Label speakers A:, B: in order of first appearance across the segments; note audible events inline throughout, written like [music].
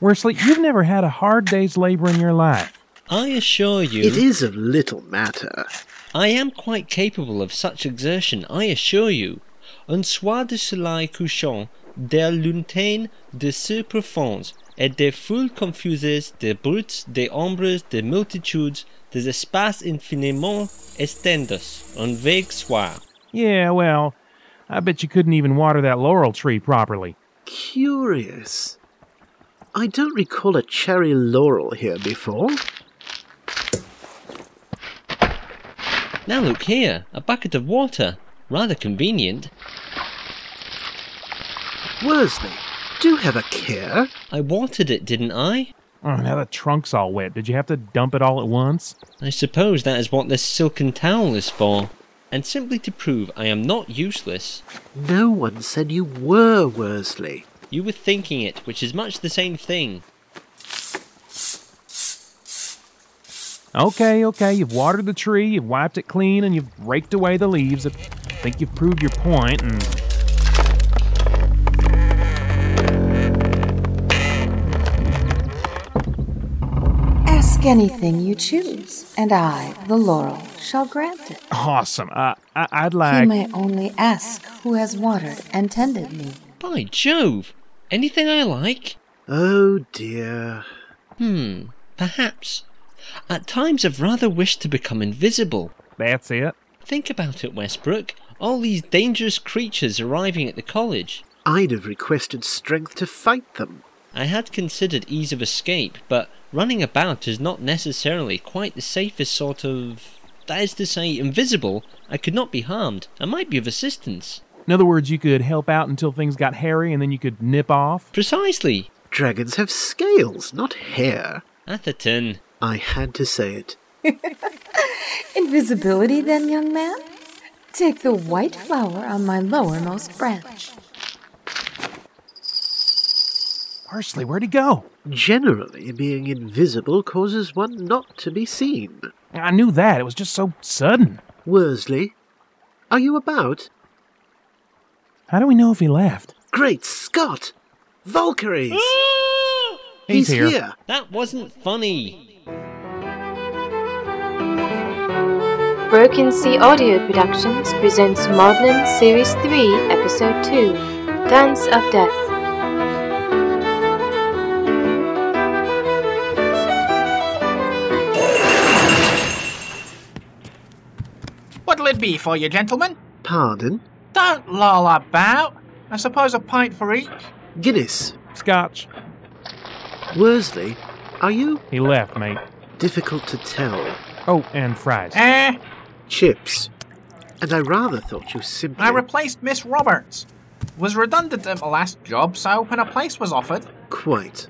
A: Worsley, you've never had a hard day's labor in your life.
B: I assure you,
C: It is of little matter.
B: I am quite capable of such exertion, I assure you. Un soir de soleil couchant, des lointaines de ce profondes, et des foules confuses, des brutes, des ombres, des multitudes, des espaces infiniment extendos, un vague soir.
A: Yeah, well, I bet you couldn't even water that laurel tree properly.
C: Curious. I don't recall a cherry laurel here before.
B: Now look here, a bucket of water. Rather convenient.
C: Worsley, do have a care.
B: I watered it, didn't I?
A: Oh, now the trunk's all wet. Did you have to dump it all at once?
B: I suppose that is what this silken towel is for. And simply to prove I am not useless,
C: No one said you were Worsley.
B: You were thinking it, which is much the same thing.
A: Okay, okay, you've watered the tree, you've wiped it clean, and you've raked away the leaves. I think you've proved your point, and
D: Ask anything you choose, and I, the laurel, shall grant it.
A: awesome. Uh, I, I'd
D: you
A: like.
D: may only ask who has watered and tended me.
B: By Jove! Anything I like?
C: Oh dear.
B: Hmm, perhaps. At times I've rather wished to become invisible.
A: That's it.
B: Think about it, Westbrook. All these dangerous creatures arriving at the college.
C: I'd have requested strength to fight them.
B: I had considered ease of escape, but running about is not necessarily quite the safest sort of. That is to say, invisible, I could not be harmed. I might be of assistance.
A: In other words, you could help out until things got hairy, and then you could nip off.
B: Precisely.
C: Dragons have scales, not hair.
B: Atherton.
C: I had to say it.
D: Invisibility, then, young man? Take the white flower on my lowermost branch.
A: Worsley, where'd he go?
C: Generally, being invisible causes one not to be seen.
A: I knew that. It was just so sudden.
C: Worsley, are you about?
A: How do we know if he left?
C: Great Scott! Valkyries!
A: He's here.
B: That wasn't funny.
E: Broken Sea Audio Productions presents Maudlin Series 3, Episode 2 Dance of Death.
F: What'll it be for you, gentlemen?
C: Pardon?
F: Don't loll about. I suppose a pint for each.
C: Guinness.
A: Scotch.
C: Worsley, are you
A: He left, mate.
C: difficult to tell?
A: Oh, and fries.
F: Eh,
C: Chips. And I rather thought you simply.
F: I replaced Miss Roberts. Was redundant at my last job, so when a place was offered,
C: Quite.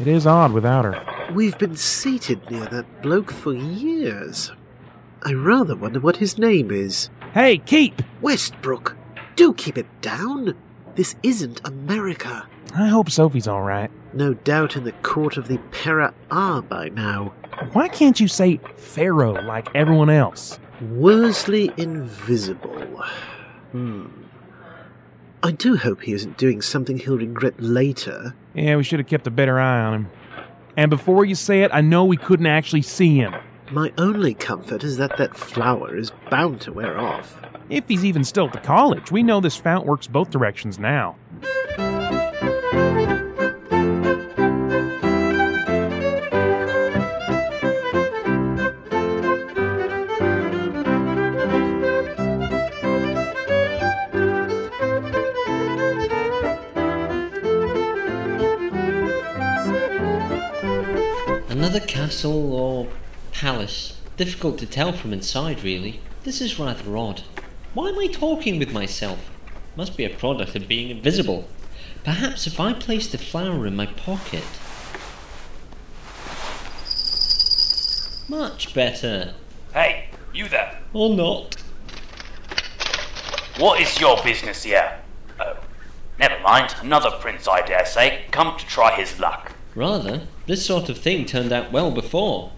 A: It is odd without her.
C: We've been seated near that bloke for years. I rather wonder what his name is.
A: Hey, keep!
C: Westbrook, do keep it down. This isn't America.
A: I hope Sophie's all right.
C: No doubt in the court of the Pera are by now.
A: Why can't you say Pharaoh like everyone else?
C: Worsley Invisible. Hmm. I do hope he isn't doing something he'll regret later.
A: Yeah, we should have kept a better eye on him. And before you say it, I know we couldn't actually see him.
C: My only comfort is that that flower is bound to wear off.
A: If he's even still at the college, we know this fount works both directions now. [laughs]
B: Another castle or palace. Difficult to tell from inside, really. This is rather odd. Why am I talking with myself? Must be a product of being invisible. Perhaps if I place the flower in my pocket. Much better.
G: Hey, you there.
B: Or not.
G: What is your business here? Oh, never mind. Another prince, I dare say, come to try his luck.
B: Rather, this sort of thing turned out well before.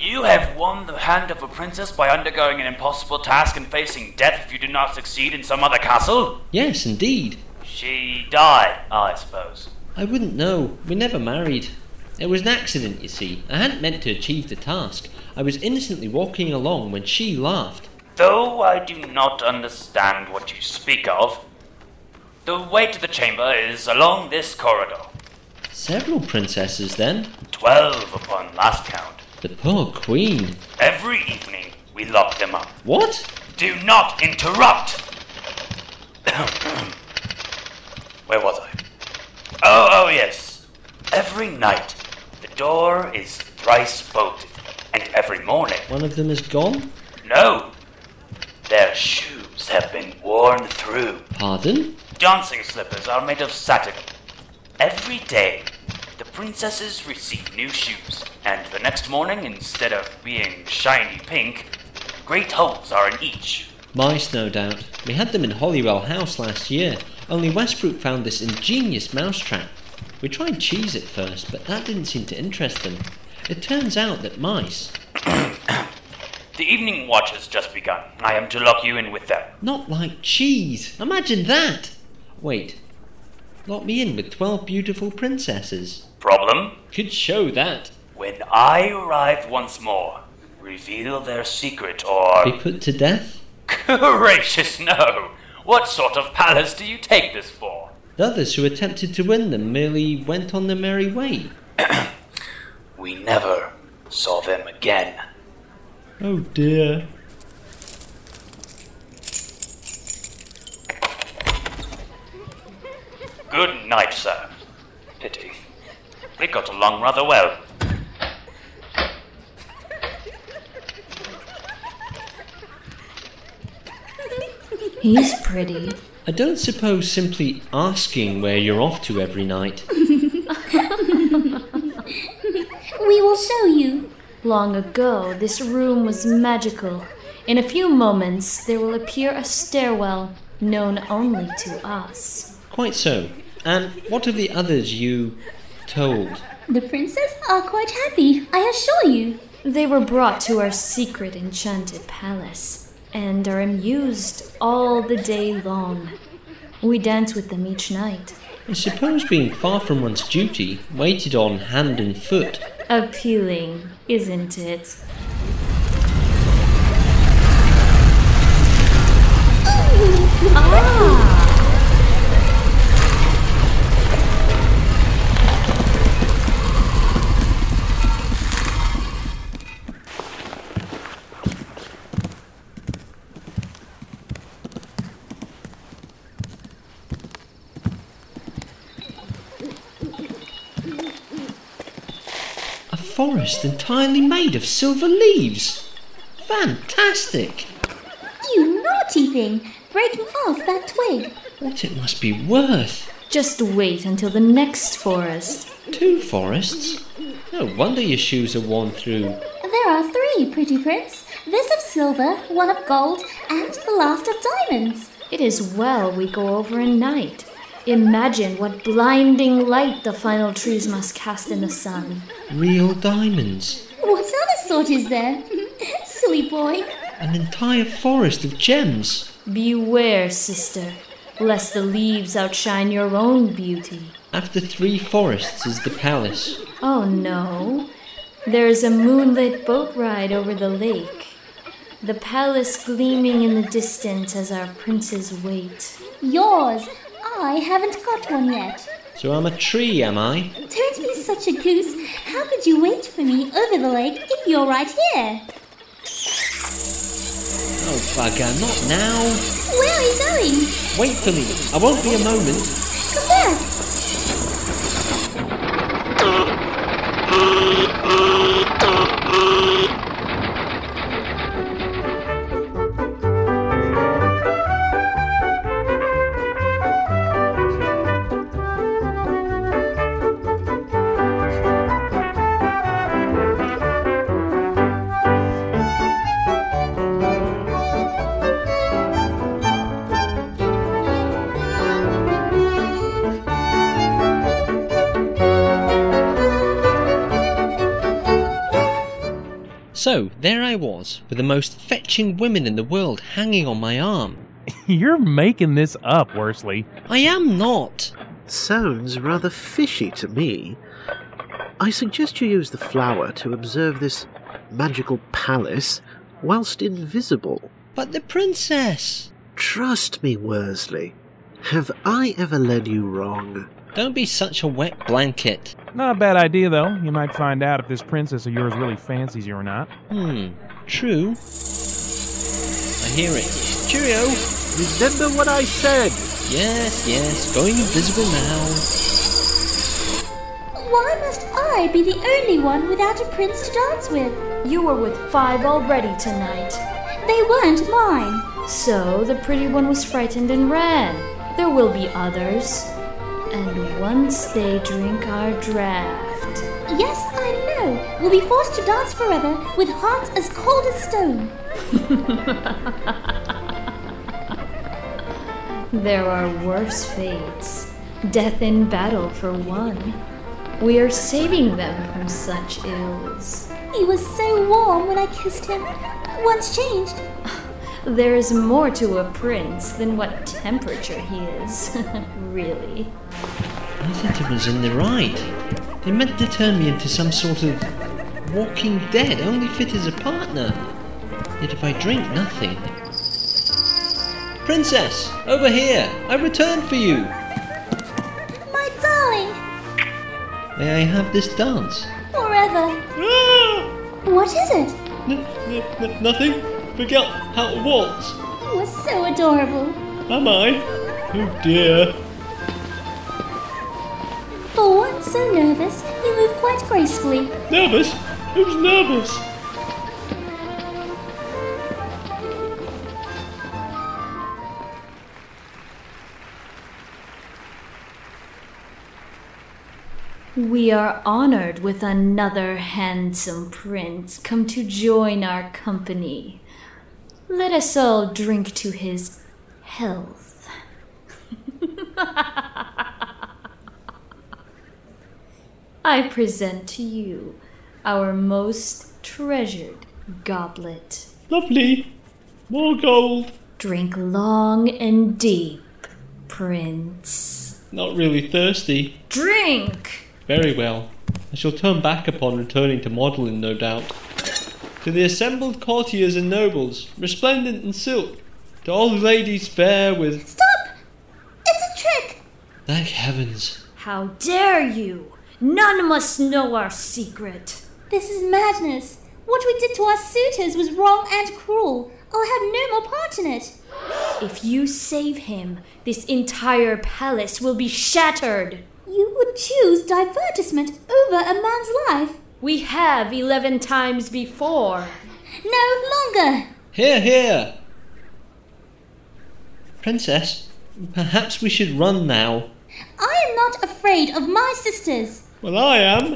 G: You have won the hand of a princess by undergoing an impossible task and facing death if you do not succeed in some other castle?
B: Yes, indeed.
G: She died, I suppose.
B: I wouldn't know. We never married. It was an accident, you see. I hadn't meant to achieve the task. I was innocently walking along when she laughed.
G: Though I do not understand what you speak of, the way to the chamber is along this corridor.
B: Several princesses then.
G: Twelve upon last count.
B: The poor queen.
G: Every evening we lock them up.
B: What?
G: Do not interrupt! Where was I? Oh, oh, yes. Every night, the door is thrice bolted, and every morning,
B: One of them is gone?
G: no! Their shoes have been worn through.
B: Pardon?
G: Dancing slippers are made of satin. Every day, the princesses receive new shoes, and the next morning, instead of being shiny pink, great holes are in each.
B: Mice, no doubt. We had them in Holywell House last year, only Westbrook found this ingenious mousetrap. We tried cheese at first, but that didn't seem to interest them. It turns out that mice,
G: The evening watch has just begun. I am to lock you in with them.
B: not like cheese. Imagine that! Wait, lock me in with 12 beautiful princesses.
G: Problem?
B: Could show that.
G: When I arrive once more, reveal their secret or.
B: Be put to death?
G: Gracious, no! What sort of palace do you take this for?
B: The others who attempted to win them merely went on their merry way.
G: We never saw them again.
B: Oh dear.
G: Good night, sir. Pity. They got along rather well.
H: He's pretty.
B: I don't suppose simply asking where you're off to every night.
H: We will show you. Long ago, this room was magical. In a few moments, there will appear a stairwell known only to us.
B: Quite so. And what of the others you told?
I: The princess are quite happy, I assure you.
H: They were brought to our secret enchanted palace and are amused all the day long. We dance with them each night.
B: I suppose being far from one's duty, waited on hand and foot.
H: Appealing, isn't it? Ah!
B: A forest entirely made of silver leaves. Fantastic!
I: You naughty thing, breaking off that twig.
B: What it must be worth.
H: Just wait until the next forest.
B: Two forests? No wonder your shoes are worn through.
I: There are three, pretty prince. This of silver, one of gold, and the last of diamonds.
H: It is well we go over in night. Imagine what blinding light the final trees must cast in the sun.
B: Real diamonds.
I: What other sort is there? [laughs] Silly boy.
B: An entire forest of gems.
H: Beware, sister, lest the leaves outshine your own beauty.
B: After three forests is the palace.
H: Oh no. There is a moonlit boat ride over the lake, the palace gleaming in the distance as our princes wait.
I: Yours. I haven't got one yet.
B: So I'm a tree, am I?
I: Don't be such a goose. How could you wait for me over the lake if you're right here?
B: Oh bugger, not now.
I: Where are you going?
B: Wait for me. I won't be a moment.
I: Come back.
B: So there I was, with the most fetching women in the world hanging on my arm.
A: You're making this up, Worsley.
B: I am not.
C: Sounds rather fishy to me. I suggest you use the flower to observe this magical palace whilst invisible.
B: But the princess.
C: Trust me, Worsley. Have I ever led you wrong?
B: Don't be such a wet blanket.
A: Not a bad idea, though. You might find out if this princess of yours really fancies you or not. [laughs]
B: Hmm, true. I hear it. Cheerio!
C: Remember what I said!
B: Yes, yes, going invisible now.
I: Why must I be the only one without a prince to dance with?
H: You were with five already tonight.
I: They weren't mine.
H: So the pretty one was frightened and ran. There will be others. And once they drink our draft. [laughs]
I: Yes, I know. We'll be forced to dance forever with hearts as cold as stone.
H: There are worse fates. Death in battle, for one. We are saving them from such ills.
I: He was so warm when I kissed him. Once changed.
H: There is more to a prince than what temperature he is, [laughs] really.
B: I think it was in the right. They meant to turn me into some sort of walking dead, only fit as a partner. Yet if I drink nothing. Princess, over here! I return for you!
I: My darling,
B: May I have this dance?
I: forever.
B: Ah!
I: What is it?
B: N- n- n- nothing? Forget how to waltz.
I: You were so adorable.
B: Am I? Oh dear.
I: For once so nervous, you move quite gracefully.
B: Nervous? Who's nervous?
H: We are honored with another handsome prince come to join our company. Let us all drink to his health. [laughs] I present to you our most treasured goblet.
B: Lovely. More gold.
H: Drink long and deep, prince.
B: Not really thirsty.
H: Drink!
B: Very well. I shall turn back upon returning to modelling, no doubt. To the assembled courtiers and nobles, resplendent in silk, to all ladies fair with.
I: Stop! It's a trick!
B: Thank heavens!
H: How dare you! None must know our secret.
I: This is madness. What we did to our suitors was wrong and cruel. I'll have no more part in it.
H: If you save him, this entire palace will be shattered.
I: You would choose divertisement over a man's life.
H: We have eleven times before.
I: No longer!
B: Here, here! Princess, perhaps we should run now.
I: I am not afraid of my sisters.
B: Well, I am.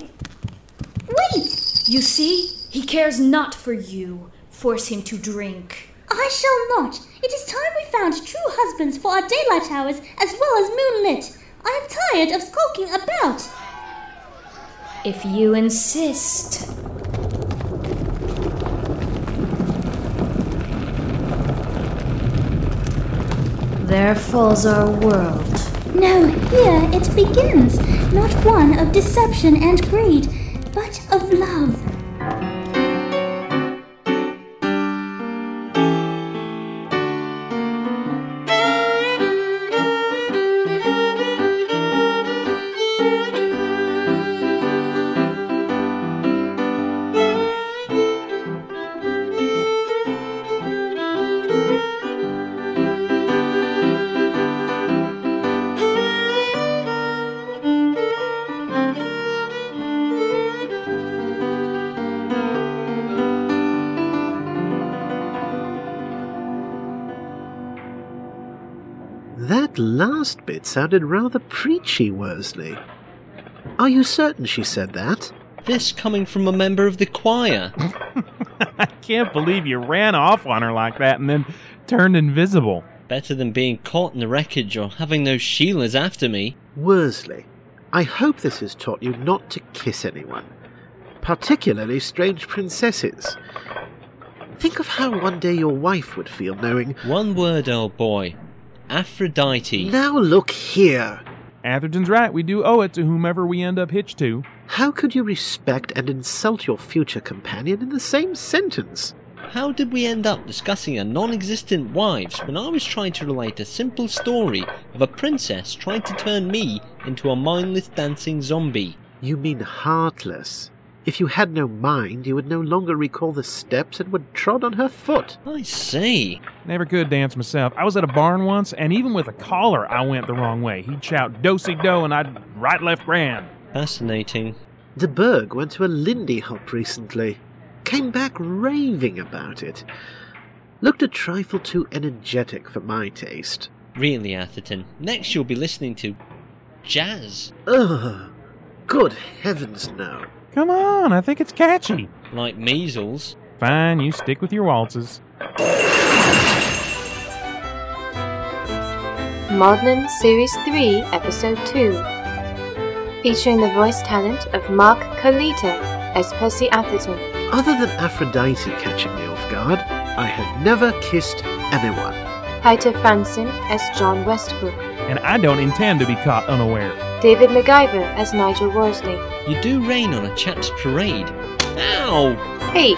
I: Wait!
H: You see, he cares not for you. Force him to drink.
I: I shall not. It is time we found true husbands for our daylight hours as well as moonlit. I am tired of skulking about.
H: If you insist. There falls our world.
I: No, here it begins. Not one of deception and greed, but of love.
C: That last bit sounded rather preachy, Worsley. Are you certain she said that?
B: This coming from a member of the choir.
A: I can't believe you ran off on her like that and then turned invisible.
B: Better than being caught in the wreckage or having those Sheilas after me.
C: Worsley, I hope this has taught you not to kiss anyone, particularly strange princesses. Think of how one day your wife would feel knowing.
B: One word, old boy. Aphrodite.
C: Now look here.
A: Atherton's right, we do owe it to whomever we end up hitched to.
C: How could you respect and insult your future companion in the same sentence?
B: How did we end up discussing our non existent wives when I was trying to relate a simple story of a princess trying to turn me into a mindless dancing zombie?
C: You mean heartless. If you had no mind, you would no longer recall the steps and would trod on her foot.
B: I see.
A: Never could dance myself. I was at a barn once, and even with a collar, I went the wrong way. He'd shout do si do, and I'd right left ran.
B: Fascinating.
C: De Berg went to a Lindy Hop recently, came back raving about it. Looked a trifle too energetic for my taste.
B: Really, Atherton. Next you'll be listening to jazz.
C: Ugh! Good heavens, no.
A: Come on, I think it's catchy.
B: Like measles.
A: Fine, you stick with your waltzes.
E: Maudlin Series 3, Episode 2. Featuring the voice talent of Mark Colita as Percy Atherton.
C: Other than Aphrodite catching me off guard, I had never kissed anyone.
E: Peter Franson as John Westbrook.
A: And I don't intend to be caught unaware.
E: David MacGyver as Nigel Worsley.
B: You do rain on a chap's parade. Ow!
E: Hey,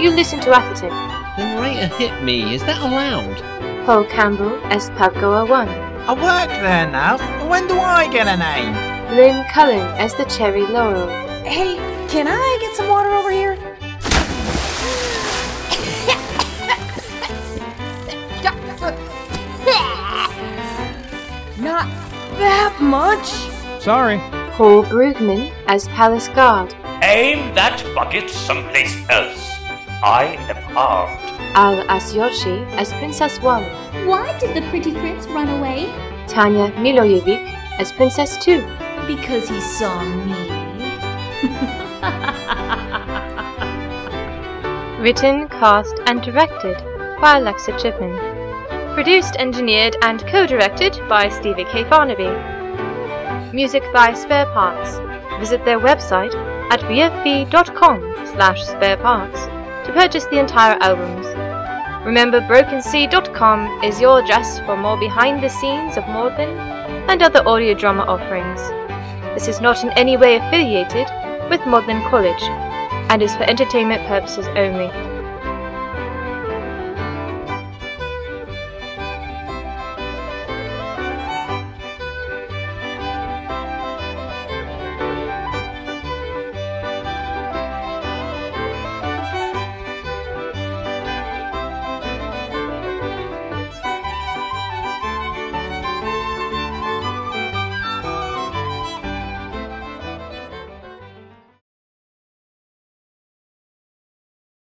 E: you listen to Atherton.
B: The narrator hit me. Is that allowed?
E: Paul Campbell as Pubgoer 1.
F: I work there now. When do I get a name?
E: Lynn Cullen as the Cherry Laurel.
D: Hey, can I get some water over here? [laughs] Not that much.
A: Sorry.
E: Paul Brugman as Palace Guard.
G: Aim that bucket someplace else. I am armed.
E: Al Asyoshi as Princess 1.
I: Why did the pretty prince run away?
E: Tanya Milojevic as Princess 2.
H: Because he saw me.
E: Written, cast, and directed by Alexa Chipman. Produced, engineered, and co directed by Stevie K. Barnaby. Music by Spare Parts. Visit their website at vfv.com slash spare parts to purchase the entire albums. Remember, brokensea.com is your address for more behind the scenes of Maudlin and other audio drama offerings. This is not in any way affiliated with Maudlin College and is for entertainment purposes only.